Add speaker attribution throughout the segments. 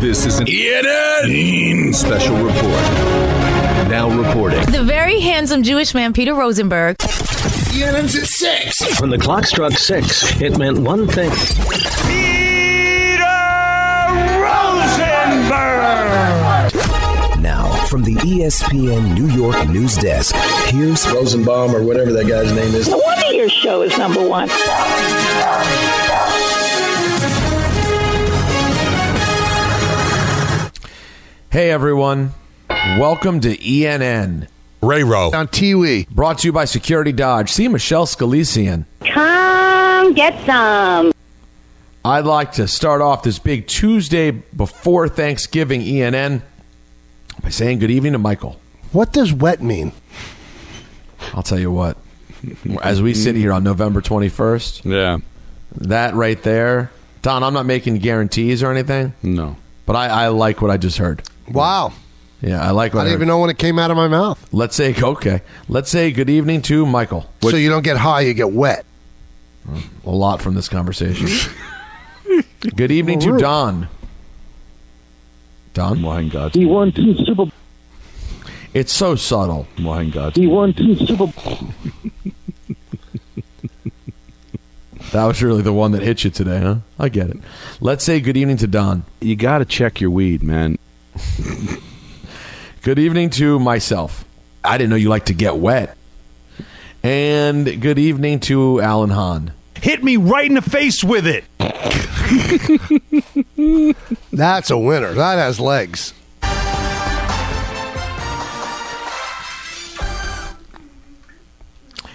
Speaker 1: This is an ENN special report. Now reporting.
Speaker 2: The very handsome Jewish man, Peter Rosenberg.
Speaker 3: ENN's at 6.
Speaker 4: When the clock struck six, it meant one thing.
Speaker 5: Now, from the E ESPN New York news desk, here's
Speaker 3: Rosenbaum or whatever that guy's name is.
Speaker 6: No wonder your show is number one.
Speaker 7: Hey everyone, welcome to ENN,
Speaker 8: Ray Rowe.
Speaker 9: on Tiwi.
Speaker 7: brought to you by Security Dodge. See Michelle Scalesian.
Speaker 6: Come get some.
Speaker 7: I'd like to start off this big Tuesday before Thanksgiving ENN by saying good evening to Michael.
Speaker 9: What does wet mean?
Speaker 7: I'll tell you what, as we sit here on November 21st,
Speaker 10: Yeah.
Speaker 7: that right there, Don, I'm not making guarantees or anything,
Speaker 10: No.
Speaker 7: but I, I like what I just heard.
Speaker 9: Wow.
Speaker 7: Yeah, I like
Speaker 9: I
Speaker 7: what I,
Speaker 9: didn't
Speaker 7: heard.
Speaker 9: even know when it came out of my mouth.
Speaker 7: Let's say, okay, let's say good evening to Michael.
Speaker 9: So you don't get high, you get wet.
Speaker 7: a lot from this conversation. Good evening to Don. Don,
Speaker 10: Why in God's name? He won two Super
Speaker 7: it's so subtle.
Speaker 10: Why in God's He won two Super
Speaker 7: That was really the one that hit you today, huh? I get it. Let's say good evening to Don.
Speaker 10: You got to check your weed, man.
Speaker 7: Good evening to myself. I didn't know you like to get wet. And good evening to Alan Hahn.
Speaker 8: Hit me right in the face with it.
Speaker 9: That's a winner. That has legs.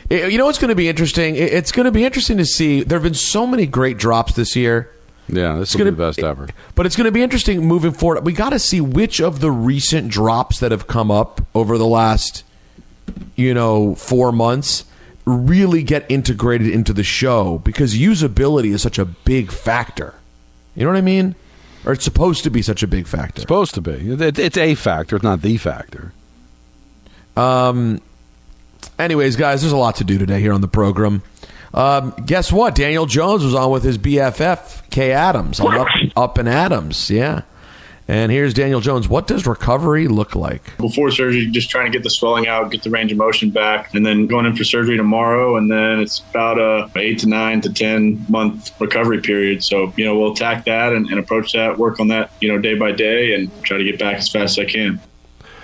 Speaker 7: Eh, You know what's going to be interesting? It- It's going to be interesting to see. There have been so many great drops this year.
Speaker 10: Yeah, this
Speaker 7: It's
Speaker 10: will be
Speaker 7: gonna
Speaker 10: the best ever.
Speaker 7: But it's going to be interesting moving forward. We got to see which of the recent drops that have come up over the last, you know, four months really get integrated into the show because usability is such a big factor. You know what I mean? Or it's supposed to be such a big factor.
Speaker 10: Supposed to be. It, it's a factor. It's not the factor.
Speaker 7: Anyways, guys, there's a lot to do today here on the program. Um, guess what? Daniel Jones was on with his BFF, Kay Adams, on up, up and Adams. Yeah. And here's Daniel Jones. What does recovery look like?
Speaker 11: before surgery, just trying to get the swelling out, get the range of motion back, and then going in for surgery tomorrow. And then it's about a eight to nine to ten month recovery period. So you know we'll attack that and, and approach that, work on that, you know, day by day, and try to get back as fast as I can.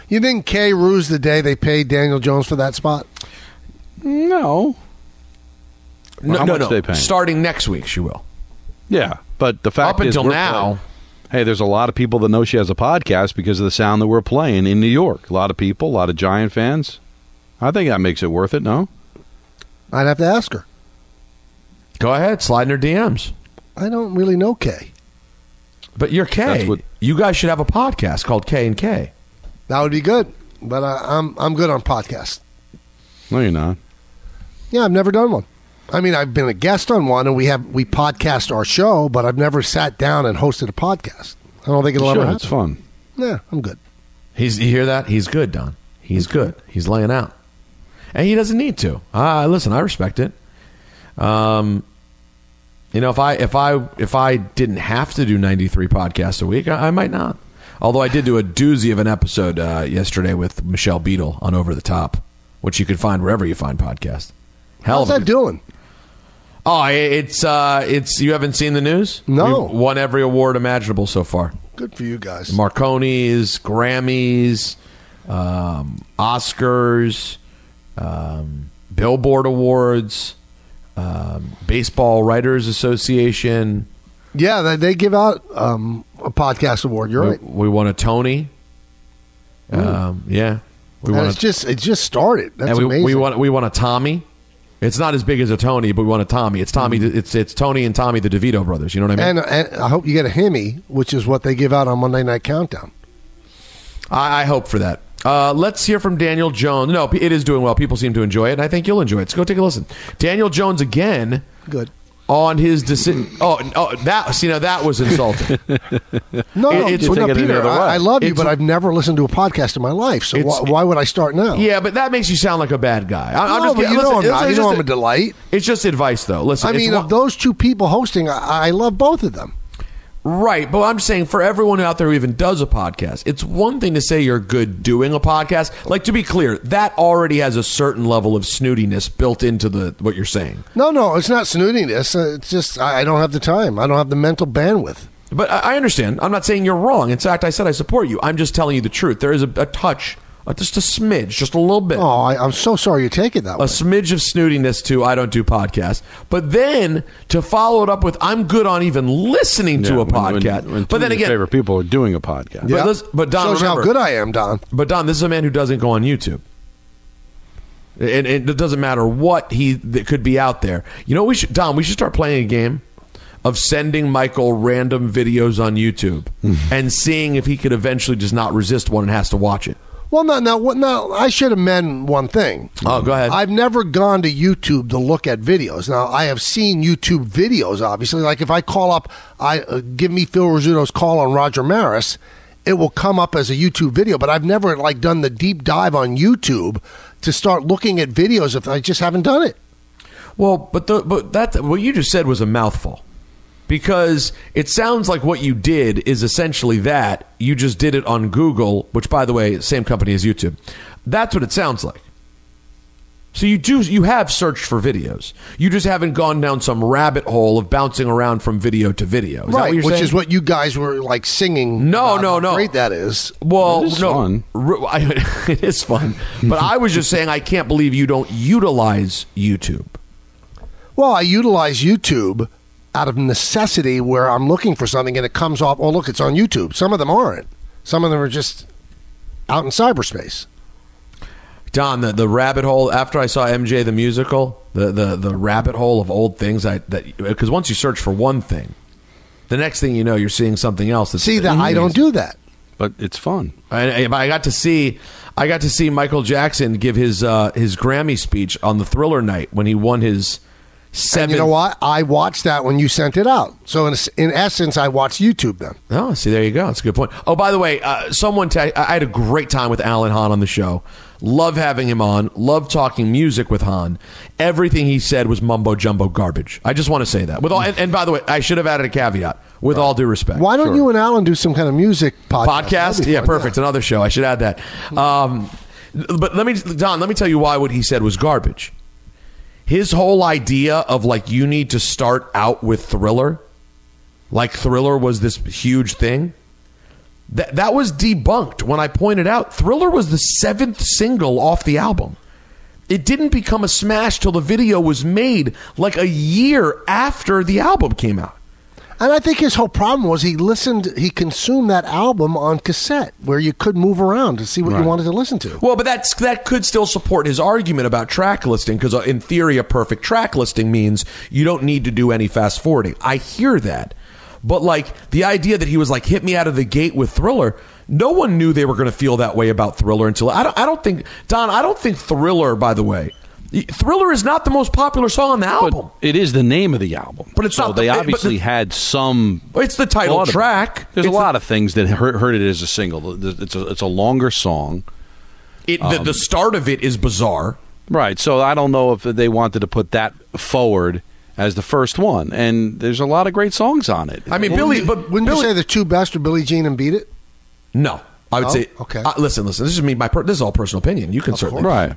Speaker 9: You think Kay rues the day they paid Daniel Jones for that spot?
Speaker 10: No.
Speaker 7: No,
Speaker 10: How
Speaker 7: no,
Speaker 10: much
Speaker 7: no.
Speaker 10: they paying?
Speaker 7: Starting next week, she will.
Speaker 10: Yeah, but the fact
Speaker 7: Up
Speaker 10: is
Speaker 7: until
Speaker 10: we're
Speaker 7: now.
Speaker 10: playing- hey, there's a lot of people that know she has a podcast because of the sound that we're playing in New York. A lot of people, a lot of Giant fans. I think that makes it worth it. No,
Speaker 9: I'd have to ask her.
Speaker 7: Go ahead, slide in her DMs.
Speaker 9: I don't really know Kay.
Speaker 7: But you're Kay.
Speaker 10: That's what-
Speaker 7: you guys should have a podcast called K and K.
Speaker 9: That would be good, but I, I'm I'm good on podcasts.
Speaker 10: no, you're not.
Speaker 9: Yeah, I've never done one. I mean, I've been a guest on one, and we have we podcast our show, but I've never sat down and hosted a podcast. I don't think it'll
Speaker 10: Sure,
Speaker 9: ever
Speaker 10: it's
Speaker 9: happen.
Speaker 10: fun.
Speaker 9: Yeah, I'm good.
Speaker 7: He's you hear that? He's good, Don. He's good. He's laying out, and he doesn't need to. Ah, listen, I respect it. Um, you know, if I if I if I didn't have to do ninety three podcasts a week, I, I might not. Although I did do a doozy of an episode uh, yesterday with Michelle Beadle on Over the Top, which you can find wherever you find podcasts. Hell,
Speaker 9: How's
Speaker 7: of a
Speaker 9: that doing?
Speaker 7: Oh, i- it's uh, it's you haven't seen the news?
Speaker 9: No.
Speaker 7: We've won every award imaginable so far.
Speaker 9: Good for you guys.
Speaker 7: Marconi's, Grammys, um, Oscars, um, Billboard Awards, um, Baseball Writers Association.
Speaker 9: Yeah, they, they give out um, a podcast award. You're
Speaker 7: We,
Speaker 9: right.
Speaker 7: we won a Tony. Um, yeah, we
Speaker 9: And
Speaker 7: won.
Speaker 9: it's
Speaker 7: a-
Speaker 9: just it just started. That's
Speaker 7: and we,
Speaker 9: amazing.
Speaker 7: we want we want a Tommy. It's not as big as a Tony, but we want a Tommy. It's Tommy.
Speaker 9: Mm-hmm.
Speaker 7: It's it's Tony and Tommy the DeVito brothers. You know what I mean?
Speaker 9: and, and I hope you get a Hemi, which is what they give out on Monday Night Countdown.
Speaker 7: I, I hope for that. Uh, let's hear from Daniel Jones. No, it is doing well. People seem to enjoy it, and I think you'll enjoy it. So go take a listen. Daniel Jones again.
Speaker 9: Good.
Speaker 7: On his decision. Oh, oh, that. See, now that was insulting.
Speaker 9: No, no, it's, no Peter, I, I love you, but I've never listened to a podcast in my life. So why,
Speaker 7: It's-
Speaker 9: why would I start now?
Speaker 7: Yeah, but that makes you sound like a bad guy. I, am
Speaker 9: No,
Speaker 7: just,
Speaker 9: but you
Speaker 7: listen,
Speaker 9: know I'm not.
Speaker 7: it's
Speaker 9: You know
Speaker 7: just
Speaker 9: I'm a delight.
Speaker 7: It's just advice, though. Listen,
Speaker 9: I
Speaker 7: it's
Speaker 9: mean,
Speaker 7: one-
Speaker 9: of those two people hosting, I, I love both of them.
Speaker 7: Right, but I'm saying for everyone out there who even does a podcast, it's one thing to say you're good doing a podcast. Like to be clear, that already has a certain level of snootiness built into the what you're saying.
Speaker 9: No, no, it's not snootiness. Uh, It's just I, I don't have the time. I don't have the mental bandwidth.
Speaker 7: But I I understand. I'm not saying you're wrong. In fact, I said I support you. I'm just telling you the truth. There is a, a touch, uh, just a smidge, just a little bit.
Speaker 9: Oh, I, I'm so sorry you take it that
Speaker 7: a smidge of snootiness to I don't do podcasts. But then to follow it up with I'm good on even listening
Speaker 10: Yeah,
Speaker 7: to a
Speaker 10: when- when-
Speaker 7: podcast.
Speaker 10: when two
Speaker 7: but then
Speaker 10: of your
Speaker 7: again,
Speaker 10: favorite people are doing a podcast.
Speaker 7: But, this- but Don,
Speaker 9: Shows how
Speaker 7: remember-
Speaker 9: good I am, Don.
Speaker 7: But Don, this is a man who doesn't go on YouTube. And, and it doesn't matter what he that could be out there. You know, what we should Don, we should start playing a game of sending Michael random videos on YouTube and seeing if he could eventually just not resist one and has to watch it.
Speaker 9: Well, no, no, what, no. I should amend one thing.
Speaker 7: Oh, go ahead.
Speaker 9: I've never gone to YouTube to look at videos. Now, I have seen YouTube videos, obviously. Like if I call up, I uh, give me Phil Rizzuto's call on Roger Maris, it will come up as a YouTube video. But I've never like done the deep dive on YouTube to start looking at videos. If I just haven't done it.
Speaker 7: Well, but the, but that what you just said was a mouthful because it sounds like what you did is essentially that you just did it on Google, which by the way, same company as YouTube. That's what it sounds like. So you do you have searched for videos. You just haven't gone down some rabbit hole of bouncing around from video to video. Is that what
Speaker 9: right,
Speaker 7: you're
Speaker 9: which
Speaker 7: saying?
Speaker 9: is what you guys were like singing.
Speaker 7: No,
Speaker 9: about
Speaker 7: no,
Speaker 9: how
Speaker 7: no.
Speaker 9: Great that is.
Speaker 7: Well,
Speaker 9: It is
Speaker 7: no, Re- I- it is fun, but I was just saying I can't believe you don't utilize YouTube.
Speaker 9: Well, I utilize YouTube out of necessity where I'm looking for something and it comes off, oh, look, it's on YouTube. Some of them aren't. Some of them are just out in cyberspace.
Speaker 7: Don, the, the rabbit hole after I saw MJ the musical, the the, the rabbit hole of old things. I that because once you search for one thing, the next thing you know, you're seeing something else. That's
Speaker 9: See, that I don't do that.
Speaker 10: But it's fun.
Speaker 7: I, I- but I got to see, I got to see Michael Jackson give his uh, his Grammy speech on the Thriller night when he won his
Speaker 9: And
Speaker 7: seventh.
Speaker 9: you know what? I watched that when you sent it out. So, in, in essence, I watched YouTube then.
Speaker 7: Oh, see, there you go. That's a good point. Oh, by the way, uh, someone ta- I I had a great time with Alan Hahn on the show. Love having him on. Love talking music with Hahn. Everything he said was mumbo jumbo garbage. I just want to say that. With all, and, and by the way, I should have added a caveat. With all due respect,
Speaker 9: Why don't you and Alan do some kind of music podcast?
Speaker 7: podcast?
Speaker 9: That'd be
Speaker 7: Yeah,
Speaker 9: fun,
Speaker 7: perfect. Another show. I should add that. Um, but let me, Don. Let me tell you why what he said was garbage. His whole idea of like you need to start out with Thriller, like Thriller was this huge thing. That that was debunked when I pointed out Thriller was the seventh single off the album. It didn't become a smash till the video was made, like a year after the album came out.
Speaker 9: And I think his whole problem was he listened, he consumed that album on cassette where you could move around to see what you wanted to listen to.
Speaker 7: Well, but that's that could still support his argument about track listing because in theory, a perfect track listing means you don't need to do any fast forwarding. I hear that, but like the idea that he was like hit me out of the gate with Thriller. No one knew they were going to feel that way about Thriller until I don't. I don't think Don. I don't think Thriller. By the way, Thriller is not the most popular song on the album.
Speaker 10: It is the name of the album,
Speaker 7: But it's
Speaker 10: so
Speaker 7: not the-
Speaker 10: They
Speaker 7: it- but
Speaker 10: obviously
Speaker 7: the-
Speaker 10: had some.
Speaker 7: It's the title
Speaker 10: thought of it.
Speaker 7: track.
Speaker 10: There's
Speaker 7: It's
Speaker 10: a
Speaker 7: the-
Speaker 10: lot of things that hurt, hurt it as a single. It's a, it's a longer song.
Speaker 7: It, the,
Speaker 10: Um,
Speaker 7: the start of it is bizarre.
Speaker 10: Right. So I don't know if they wanted to put that forward as the first one. And there's a lot of great songs on it.
Speaker 7: I mean,
Speaker 9: Wouldn't
Speaker 7: Billy,
Speaker 9: you-
Speaker 7: but
Speaker 9: wouldn't
Speaker 7: Billy-
Speaker 9: you say the two best are Billy Jean and Beat It?
Speaker 7: No, I would
Speaker 9: No?
Speaker 7: say.
Speaker 9: Okay.
Speaker 7: Uh, listen, listen. This is me. My per- this is all personal opinion. You can certainly
Speaker 10: course.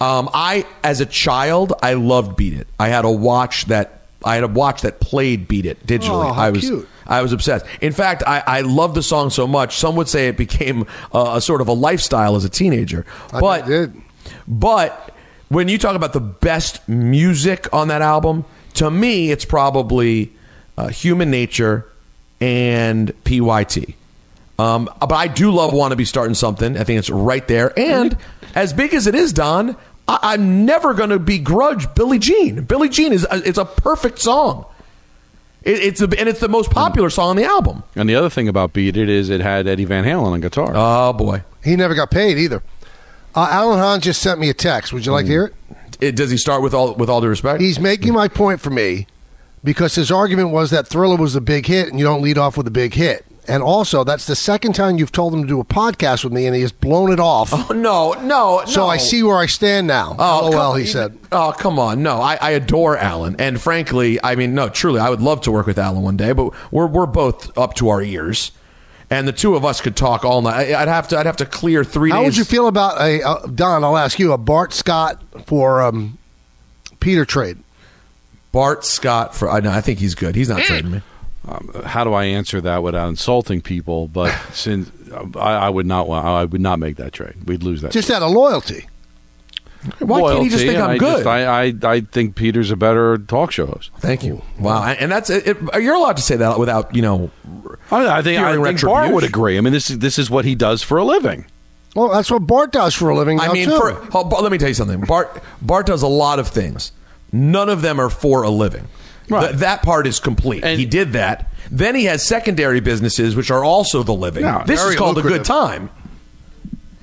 Speaker 7: Um, I, as a child, I loved Beat It. I had a watch that I had a watch that played Beat It digitally.
Speaker 9: Oh, how
Speaker 7: I was
Speaker 9: cute.
Speaker 7: I was obsessed. In fact, I, I loved the song so much. Some would say it became uh, a sort of a lifestyle as a teenager. But but when you talk about the best music on that album, to me, it's probably uh, Human Nature and PYT. Um, but I do love Want to Be Starting Something. I think it's right there. And as big as it is, Don, I- I'm never going to begrudge Billie Jean. Billie Jean is a, it's a perfect song. It, it's a, and it's the most popular song on the album.
Speaker 10: And the other thing about Beat It is it had Eddie Van Halen on guitar.
Speaker 7: Oh boy.
Speaker 9: He never got paid either. Uh, Alan Hahn just sent me a text. Would you like to hear it?
Speaker 7: It, does he start with all with all due respect?
Speaker 9: He's making my point for me because his argument was that Thriller was a big hit and you don't lead off with a big hit. And also, that's the second time you've told him to do a podcast with me and he has blown it off.
Speaker 7: Oh, no, no,
Speaker 9: So
Speaker 7: no.
Speaker 9: I see where I stand now.
Speaker 7: Oh,
Speaker 9: LOL,
Speaker 7: come-
Speaker 9: he said.
Speaker 7: Oh, come on. No, I, I adore Alan. And frankly, I mean, no, truly, I would love to work with Alan one day, but we're, we're both up to our ears. And the two of us could talk all night. I- I'd have to, I'd have to clear three
Speaker 9: How
Speaker 7: days.
Speaker 9: would you feel about a, uh, Don, I'll ask you, a Bart Scott for um, Peter trade?
Speaker 7: Bart Scott for, I, know, I think he's good. He's
Speaker 10: Mm.
Speaker 7: not trading me.
Speaker 10: Um, how do I answer that without insulting people? But since I, I would not want, I would not make that trade. We'd lose that.
Speaker 9: Just out of loyalty.
Speaker 7: Why can't he just
Speaker 10: Loyalty,
Speaker 7: think
Speaker 10: and
Speaker 7: I'm
Speaker 10: I
Speaker 7: good?
Speaker 10: just- I, I I think Peter's a better talk show host.
Speaker 7: Thank you. Wow. And and that's, it, it- you're allowed to say that without, you know,
Speaker 10: I, mean, I think I think Bart
Speaker 7: Fearing retribution.
Speaker 10: would agree. I mean, this is this is what he does for a living.
Speaker 9: Well, that's what Bart does for a living.
Speaker 7: I
Speaker 9: now,
Speaker 7: mean,
Speaker 9: too.
Speaker 7: for, oh, Bart- let me tell you something. Bart Bart does a lot of things. None of them are for a living. Right. that part is complete. he did that. Then he has secondary businesses, which are also the living.
Speaker 9: Yeah,
Speaker 7: this is
Speaker 9: very
Speaker 7: called a
Speaker 9: lucrative.
Speaker 7: good time.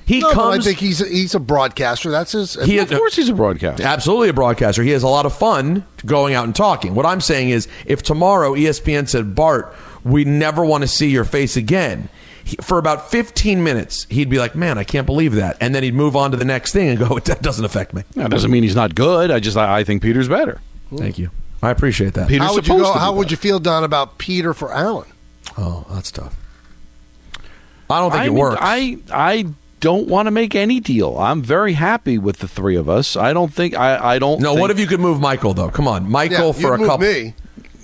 Speaker 7: He
Speaker 9: No, no, I
Speaker 7: comes.
Speaker 9: think he's a, he's a broadcaster. That's his.
Speaker 7: he
Speaker 9: of
Speaker 7: course,
Speaker 10: he's a broadcaster.
Speaker 7: Absolutely a broadcaster. He has a lot of fun going out and talking. What I'm saying is, if tomorrow E ESPN said, Bart, we never want to see your face again, he- for about 15 minutes, he'd be like, man, I can't believe that. And then he'd move on to the next thing and go, that doesn't affect me.
Speaker 10: That doesn't mean he's not good. I just I, I think Peter's better.
Speaker 7: Thank you. I appreciate that.
Speaker 10: Peter's
Speaker 9: how would you
Speaker 10: supposed to.
Speaker 9: go,
Speaker 10: be
Speaker 9: How
Speaker 10: better.
Speaker 9: would you feel, Don, about Peter for Allen?
Speaker 7: Oh, that's tough. I don't think
Speaker 10: I
Speaker 7: it
Speaker 10: mean,
Speaker 7: works.
Speaker 10: I I don't want to make any deal. I'm very happy with the three of us. I don't think I I don't.
Speaker 7: no,
Speaker 10: think-
Speaker 7: what if you could move Michael though? Come on, Michael
Speaker 9: yeah,
Speaker 7: for
Speaker 9: you'd
Speaker 7: a
Speaker 9: move
Speaker 7: couple.
Speaker 9: Me.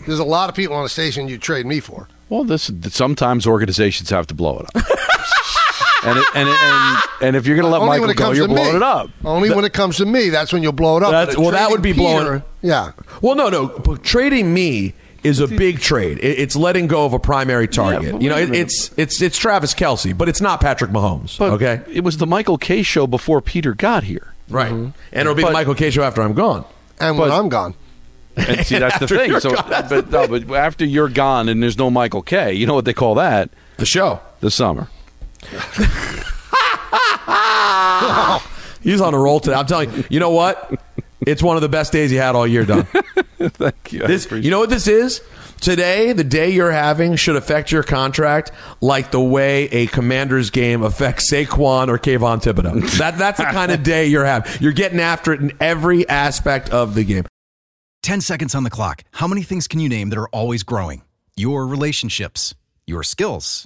Speaker 9: There's a lot of people on the station you'd trade me for.
Speaker 10: Well, this sometimes organizations have to blow it up. and, it, and, it- and and if you're going to let
Speaker 9: Only
Speaker 10: Michael
Speaker 9: when it
Speaker 10: go,
Speaker 9: comes
Speaker 10: you're
Speaker 9: to me.
Speaker 10: blowing it up.
Speaker 9: Only when it comes to me, that's when you'll blow it up.
Speaker 7: That's-
Speaker 9: But
Speaker 7: well, that would be
Speaker 9: trading
Speaker 7: blowing-
Speaker 9: Peter- Yeah,
Speaker 7: Well, no, no. But trading me is a big trade. It, it's letting go of a primary target.
Speaker 10: but
Speaker 7: you know,
Speaker 10: wait a
Speaker 7: it,
Speaker 10: minute.
Speaker 7: it's it's it's Travis Kelsey, but it's not Patrick Mahomes.
Speaker 10: But
Speaker 7: okay,
Speaker 10: It was the Michael K show before Peter got here.
Speaker 7: right. Mm-hmm. And it'll be the
Speaker 10: But-
Speaker 7: Michael K show after I'm gone.
Speaker 9: and when I'm gone,
Speaker 10: And see, that's the
Speaker 7: After
Speaker 10: thing.
Speaker 7: you're
Speaker 10: So,
Speaker 7: gone, that's
Speaker 10: but, no, but after you're gone and there's no Michael K, you know what they call that?
Speaker 7: The show.
Speaker 10: The summer.
Speaker 7: He's on a roll today. I'm telling you. You know what? It's one of the best days you had all year, Don.
Speaker 10: Thank you. I
Speaker 7: This,
Speaker 10: appreciate
Speaker 7: you know what this is? Today, the day you're having should affect your contract like the way a commander's game affects Saquon or Kayvon Thibodeau. that, that's the kind of day you're having. You're getting after it in every aspect of the game.
Speaker 12: 10 seconds on the clock. How many things can you name that are always growing? Your relationships, your skills,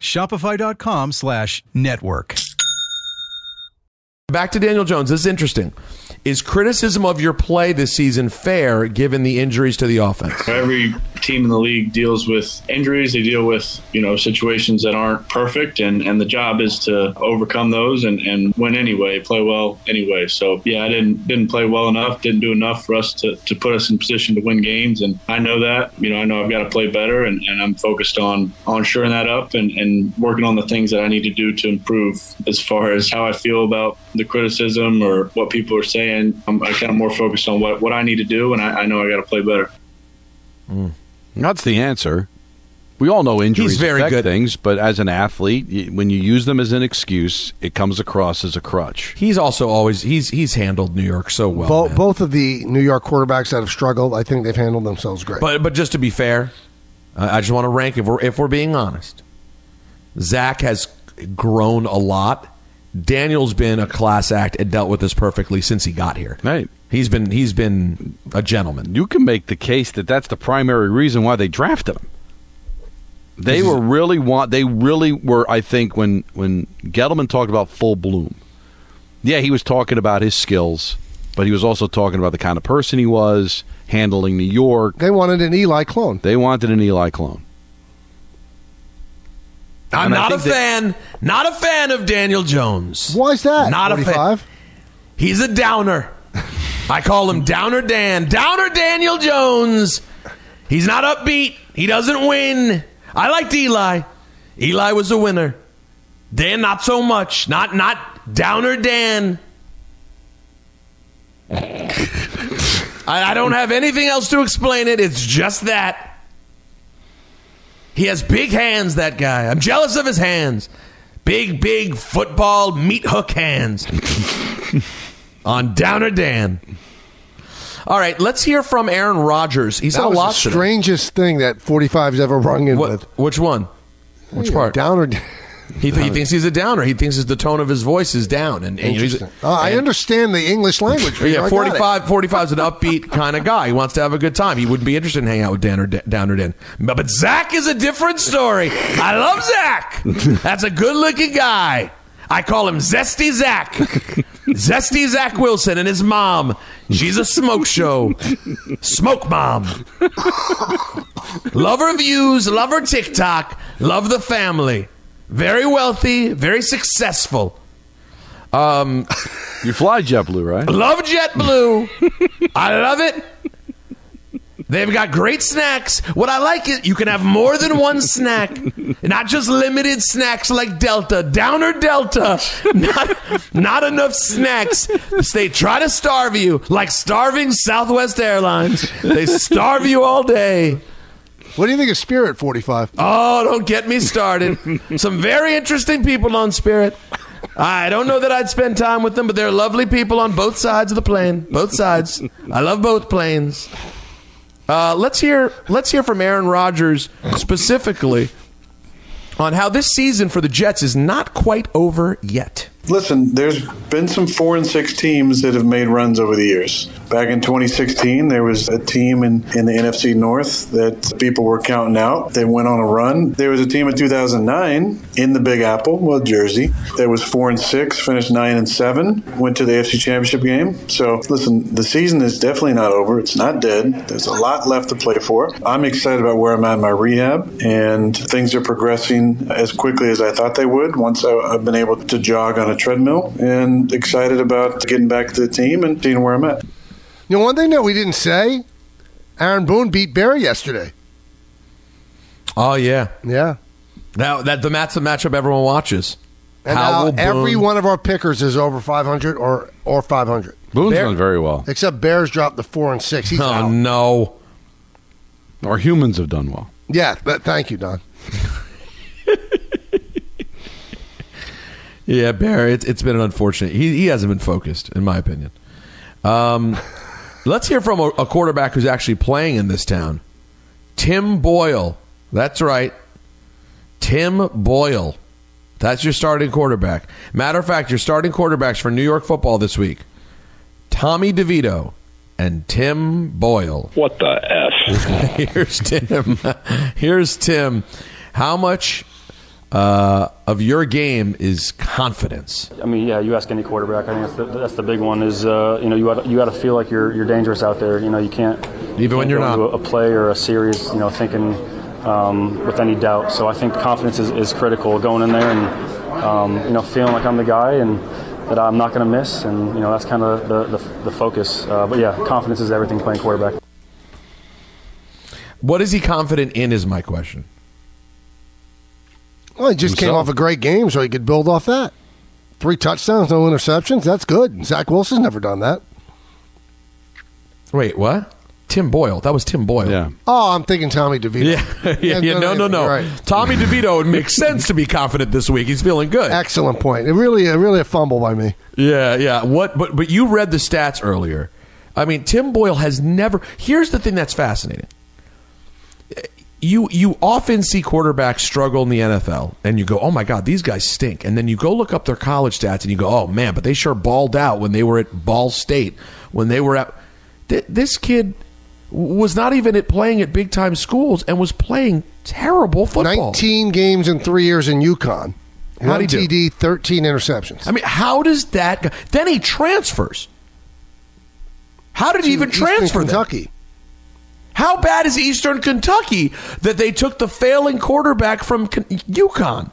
Speaker 12: shopify.com slash network.
Speaker 7: Back to Daniel Jones. This is interesting. Is criticism of your play this season fair given the injuries to the offense?
Speaker 11: Every team in the league deals with injuries. They deal with you know situations that aren't perfect, and and the job is to overcome those and and win anyway, play well anyway. So yeah, I didn't didn't play well enough, didn't do enough for us to to put us in position to win games, and I know that. You know, I know I've got to play better, and, and I'm focused on on shoring that up and and working on the things that I need to do to improve as far as how I feel about the criticism or what people are saying. I'm I kind of more focused on what what I need to do, and I, I know I got to play better.
Speaker 10: it. That's the answer. We all know injuries
Speaker 7: He's very
Speaker 10: affect
Speaker 7: good.
Speaker 10: things, but as an athlete, y- when you use them as an excuse, it comes across as a crutch.
Speaker 7: He's also always he's he's handled New York so well.
Speaker 9: Bo-
Speaker 7: Oh, man.
Speaker 9: both of the New York quarterbacks that have struggled, I think they've handled themselves great.
Speaker 7: But but just to be fair, I I just want to rank if we're if we're being honest. Zach has grown a lot. Daniel's been a class act and dealt with this perfectly since he got here.
Speaker 10: Right.
Speaker 7: He's been he's been a gentleman.
Speaker 10: You can make the case that that's the primary reason why they drafted him. They were really want. They really were. I think when when Gettleman talked about full bloom, yeah, he was talking about his skills, but he was also talking about the kind of person he was, handling New York.
Speaker 9: they wanted an Eli clone.
Speaker 10: They wanted an Eli clone.
Speaker 7: I'm
Speaker 10: And I
Speaker 7: not a
Speaker 10: think that-
Speaker 7: fan. Not a fan of Daniel Jones.
Speaker 9: Why is that?
Speaker 7: Not a fan. He's a downer. I call him Downer Dan. Downer Daniel Jones. He's not upbeat. He doesn't win. I liked Eli. Eli was a winner. Dan, not so much. Not not Downer Dan. I, I don't have anything else to explain it. It's just that. He has big hands, that guy. I'm jealous of his hands. Big, big football meat hook hands. On Downer Dan. All right, let's hear from Aaron Rodgers. He's
Speaker 9: that
Speaker 7: had a
Speaker 9: was
Speaker 7: lot
Speaker 9: the strangest thing that 45's ever rung in with.
Speaker 7: Which one? Which part?
Speaker 9: Downer.
Speaker 7: He, he thinks he's a downer. He thinks the tone of his voice is down. And, and he's-
Speaker 9: Interesting. Uh, I
Speaker 7: and-
Speaker 9: understand the English language. Peter.
Speaker 7: yeah,
Speaker 9: I got it.
Speaker 7: 45, 45 is an upbeat kind of guy. He wants to have a good time. He wouldn't be interested in hanging out with Dan or Dan, Downer Dan. But, but Zach is a different story. I love Zach. That's a good looking guy. I call him Zesty Zach. Zesty Zach Wilson and his mom. She's a smoke show. Smoke mom. Lover views, lover TikTok, love the family. Very wealthy, very successful. Um,
Speaker 10: you fly JetBlue, right?
Speaker 7: Love JetBlue. I love it. They've got great snacks. What I like is you can have more than one snack, not just limited snacks like Delta, Downer Delta. Not, not enough snacks. They try to starve you like starving Southwest Airlines. They starve you all day.
Speaker 9: What do you think of Spirit 45?
Speaker 7: Oh, don't get me started. Some very interesting people on Spirit. I don't know that I'd spend time with them, but they're lovely people on both sides of the plane. Both sides. I love both planes. Uh, let's hear let's hear from Aaron Rodgers specifically on how this season for the Jets is not quite over yet.
Speaker 13: Listen, there's been some four and six teams that have made runs over the years. Back in 2016, there was a team in, in the NFC North that people were counting out. They went on a run. There was a team in 2009 in the Big Apple, well, Jersey, that was four and six, finished nine and seven, went to the AFC Championship game. So, listen, the season is definitely not over. It's not dead. There's a lot left to play for. I'm excited about where I'm at in my rehab, and things are progressing as quickly as I thought they would once I, I've been able to jog on a treadmill and excited about getting back to the team and seeing where I'm at.
Speaker 9: You know, one thing that we didn't say Aaron Boone beat Bear yesterday.
Speaker 7: Oh yeah.
Speaker 9: Yeah.
Speaker 7: Now that the that's the matchup everyone watches.
Speaker 9: And
Speaker 7: How will
Speaker 9: now every
Speaker 7: Boone-
Speaker 9: one of our pickers is over 500 or, or 500.
Speaker 10: Boone's
Speaker 9: Bear-
Speaker 10: done very well.
Speaker 9: Except Bears dropped the four and six. He's
Speaker 10: Oh,
Speaker 9: out.
Speaker 7: no.
Speaker 10: Our humans have done well.
Speaker 9: Yeah, but thank you, Don.
Speaker 7: Yeah, Bear, it's, it's been an unfortunate. He, he hasn't been focused, in my opinion. Um, let's hear from a, a quarterback who's actually playing in this town Tim Boyle. That's right. Tim Boyle. That's your starting quarterback. Matter of fact, your starting quarterbacks for New York football this week Tommy DeVito and Tim Boyle.
Speaker 14: What the F?
Speaker 7: Here's Tim. Here's Tim. How much uh, of your game is confidence?
Speaker 15: I mean, yeah, you ask any quarterback. I think that's the, that's the big one is, uh, you know, you got you got to feel like you're you're dangerous out there. You know, you can't even
Speaker 7: when you're not.
Speaker 15: a play or a series, you know, thinking um, with any doubt. So I think confidence is, is critical going in there and um, you know feeling like I'm the guy and that I'm not going to miss. And you know, that's kind of the, the the focus. Uh, but yeah, confidence is everything playing quarterback.
Speaker 7: What is he confident in? Is my question.
Speaker 9: Well, he just came
Speaker 7: Himself.
Speaker 9: off a great game, so he could build off that. Three touchdowns, no interceptions. That's good. Zach Wilson's never done that.
Speaker 7: Wait, what? Tim Boyle. That was Tim Boyle. Yeah.
Speaker 9: Oh, I'm thinking Tommy DeVito.
Speaker 7: Yeah, yeah, no,
Speaker 9: Hasn't done
Speaker 7: no,
Speaker 9: anything.
Speaker 7: no.
Speaker 9: You're right.
Speaker 7: Tommy DeVito would make sense to be confident this week. He's feeling good.
Speaker 9: Excellent point. It really, it really a fumble by me.
Speaker 7: Yeah, yeah. What? But but you read the stats earlier. I mean, Tim Boyle has never. Here's the thing that's fascinating. You you often see quarterbacks struggle in the NFL, and you go, "Oh my God, these guys stink." And then you go look up their college stats, and you go, "Oh man, but they sure balled out when they were at Ball State, when they were at." Th- this kid was not even at playing at big time schools, and was playing terrible football.
Speaker 9: 19 games in three years in UConn.
Speaker 7: How'd
Speaker 9: One
Speaker 7: he do?
Speaker 9: TD, 13 interceptions.
Speaker 7: I mean, how does that? Go? Then he transfers. How did he even
Speaker 9: Eastern
Speaker 7: transfer? then?
Speaker 9: Kentucky.
Speaker 7: How bad is Eastern Kentucky that they took the failing quarterback from Con- UConn?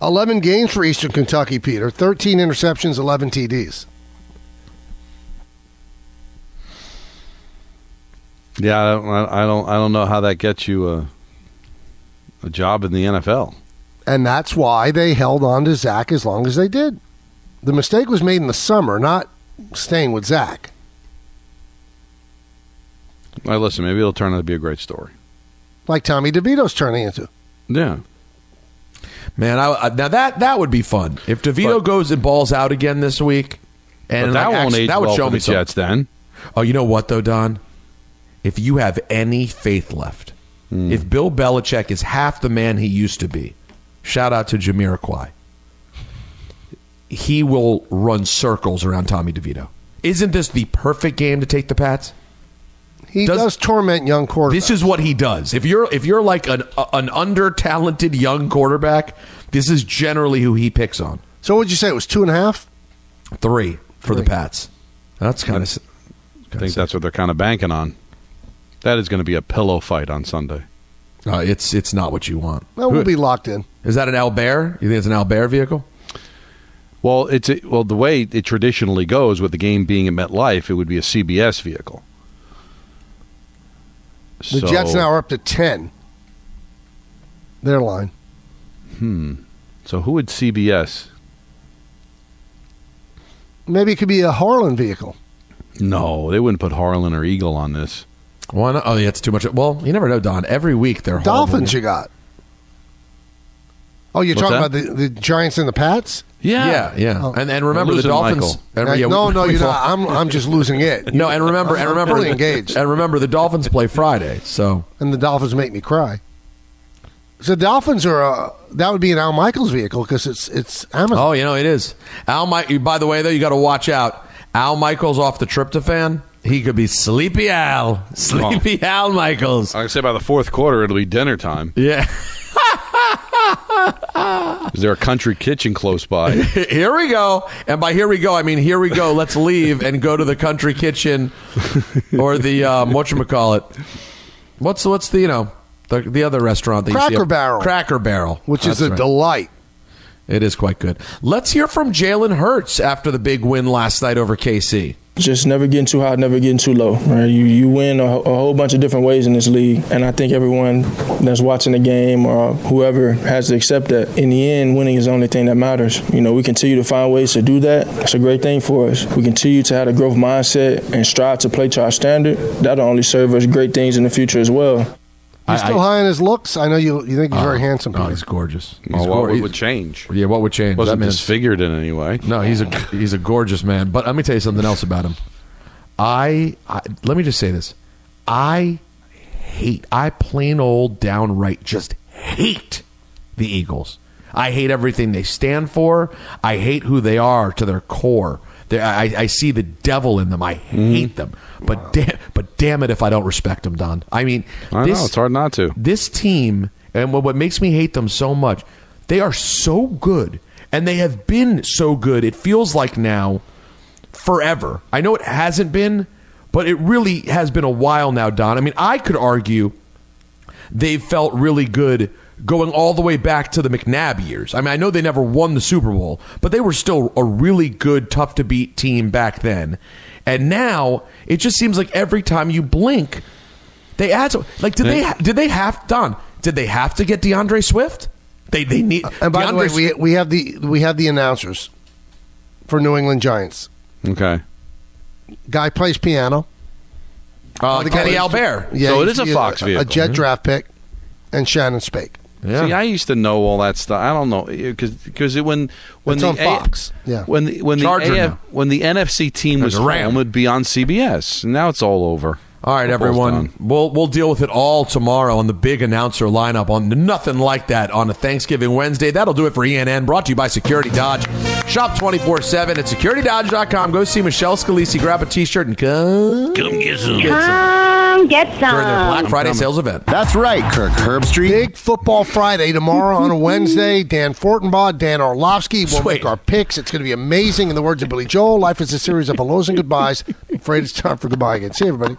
Speaker 9: 11 games for Eastern Kentucky, Peter. 13 interceptions, 11 TDs.
Speaker 10: Yeah, I don't, I don't, I don't know how that gets you a, a job in the NFL.
Speaker 9: And that's why they held on to Zach as long as they did. The mistake was made in the summer, not staying with Zach.
Speaker 10: All right, listen, maybe it'll turn out to be a great story.
Speaker 9: Like Tommy DeVito's turning into.
Speaker 10: Yeah.
Speaker 7: Man, I, I- now that that would be fun if Devito goes and balls out again this week, and
Speaker 10: But that
Speaker 7: like,
Speaker 10: won't
Speaker 7: actually-
Speaker 10: age
Speaker 7: that would
Speaker 10: well
Speaker 7: show
Speaker 10: for
Speaker 7: me
Speaker 10: the Jets
Speaker 7: something. Oh, you know what though, Don? If you have any faith left,
Speaker 10: Hmm.
Speaker 7: if Bill Belichick is half the man he used to be, shout out to Jamiroquai. He will run circles around Tommy DeVito. Isn't this the perfect game to take the Pats?
Speaker 9: He does, torment young quarterbacks.
Speaker 7: This is what he does. If you're if you're like an uh, an under talented young quarterback, this is generally who he picks on.
Speaker 9: So what'd you say? It was two and a half,
Speaker 7: three for the Pats. That's kind of.
Speaker 10: I think that's what they're kind of banking on. That is going to be a pillow fight on Sunday.
Speaker 7: Uh, it's it's not what you want.
Speaker 9: That will be locked in.
Speaker 7: Is that an Albert? You think it's an Albert vehicle?
Speaker 10: Well, it's a, well the way it traditionally goes with the game being at MetLife, it would be a CBS vehicle.
Speaker 9: The Jets now are up to 10. Their line.
Speaker 10: Hmm. So who would CBS?
Speaker 9: Maybe it could be a Harlan vehicle.
Speaker 10: No, Oh, they wouldn't put Harlan or Eagle on this.
Speaker 7: Why not? Oh, yeah, it's too much. Well, you never know, Don. Every week they're horrible.
Speaker 9: Dolphins you got. Oh, you're
Speaker 7: What's
Speaker 9: talking
Speaker 7: that?
Speaker 9: about the, the Giants and the Pats?
Speaker 7: Yeah, yeah.
Speaker 9: Oh.
Speaker 7: And and remember the Dolphins. and-
Speaker 9: Like,
Speaker 7: Oh, yeah, we-
Speaker 9: no, no,
Speaker 7: we
Speaker 9: you're
Speaker 7: fall-
Speaker 9: not. I'm, I'm just losing it.
Speaker 7: no, and remember,
Speaker 9: I'm-
Speaker 7: and
Speaker 9: I'm
Speaker 7: remember,
Speaker 9: fully engaged.
Speaker 7: and remember, the Dolphins play Friday. So
Speaker 9: And the Dolphins make me cry. So Dolphins are uh, that would be an Al Michaels vehicle because it's it's Amazon.
Speaker 7: Oh, you know it is. Al Mike. By the way, though, you got to watch out. Al Michaels off the tryptophan. He could be sleepy Al. Sleepy Al Michaels.
Speaker 10: I can say by the fourth quarter, it'll be dinner time.
Speaker 7: Yeah.
Speaker 10: Is there a country kitchen close by?
Speaker 7: here we go. And by here we go, I mean here we go. Let's leave and go to the country kitchen or the um, what call it? What's what's the you know the the other restaurant? That you
Speaker 9: Cracker
Speaker 7: see
Speaker 9: Barrel.
Speaker 7: Cracker Barrel,
Speaker 9: Which is a delight.
Speaker 7: It is quite good. Let's hear from Jalen Hurts after the big win last night over KC.
Speaker 14: Just never getting too high, never getting too low. Right? You you win a, a whole bunch of different ways in this league, and I think everyone that's watching the game or whoever has to accept that. In the end, winning is the only thing that matters. You know, we continue to find ways to do that. It's a great thing for us. We continue to have a growth mindset and strive to play to our standard. That'll only serve us great things in the future as well.
Speaker 9: You're still high on his looks. I know you. You think he's very handsome. Peter.
Speaker 7: Oh, he's gorgeous.
Speaker 10: Well, Oh, what would- would change?
Speaker 7: Yeah, what would change?
Speaker 10: Wasn't
Speaker 7: That man's-
Speaker 10: disfigured in any way.
Speaker 7: No, he's a he's a gorgeous man. But let me tell you something else about him. I, I let me just say this. I hate. I plain old downright just hate the Eagles. I hate everything they stand for. I hate who they are to their core. They, I, I see the devil in them. I
Speaker 10: Mm-hmm.
Speaker 7: hate them. But damn, but damn it if I don't respect them, Don. I mean,
Speaker 10: I know, it's hard not to.
Speaker 7: This team, and what, what makes me hate them so much, they are so good, and they have been so good. It feels like now forever. I know it hasn't been, but it really has been a while now, Don. I mean, I could argue they've felt really good going all the way back to the McNabb years. I mean, I know they never won the Super Bowl, but they were still a really good, tough to beat team back then. And now it just seems like every time you blink, they add to like did they did they have Don? Did they have to get DeAndre Swift? They they need
Speaker 9: And by the way,
Speaker 7: DeAndre
Speaker 9: we we have the we have the announcers for New England Giants.
Speaker 10: Okay.
Speaker 9: Guy plays piano.
Speaker 7: uh,
Speaker 9: The guy
Speaker 7: Kenny
Speaker 9: is-
Speaker 7: Albert.
Speaker 9: Yeah, he's- he's A jet draft pick, and Shannon Spake.
Speaker 10: See, I used to know all that stuff. I don't know eh, because because when when
Speaker 9: It's
Speaker 10: the
Speaker 9: on Fox. Yeah.
Speaker 10: when the, when the
Speaker 9: Charger
Speaker 10: AF
Speaker 9: now.
Speaker 10: when the NFC team
Speaker 7: There's
Speaker 10: was
Speaker 7: a ram.
Speaker 10: home, it'd be on CBS. Now it's all over.
Speaker 7: All right,
Speaker 10: Football's
Speaker 7: everyone.
Speaker 10: done.
Speaker 7: We'll we'll deal with it all tomorrow on the big announcer lineup on nothing like that on a Thanksgiving Wednesday. That'll do it for ENN. Brought to you by Security Dodge. Shop twenty four seven at securitydodge.com. Go see Michelle Scalisi. Grab a t shirt and come
Speaker 6: Come
Speaker 7: get
Speaker 6: some. Come get some.
Speaker 7: during their Black Friday sales event.
Speaker 5: That's right, Kirk Herbstreit.
Speaker 9: Big football Friday tomorrow on a Wednesday. Dan Fortenbaugh, Dan Orlovsky will make our picks. It's going to be amazing. In the words of Billy Joel, life is a series of hellos and goodbyes. I'm afraid it's time for goodbye again. See you, everybody.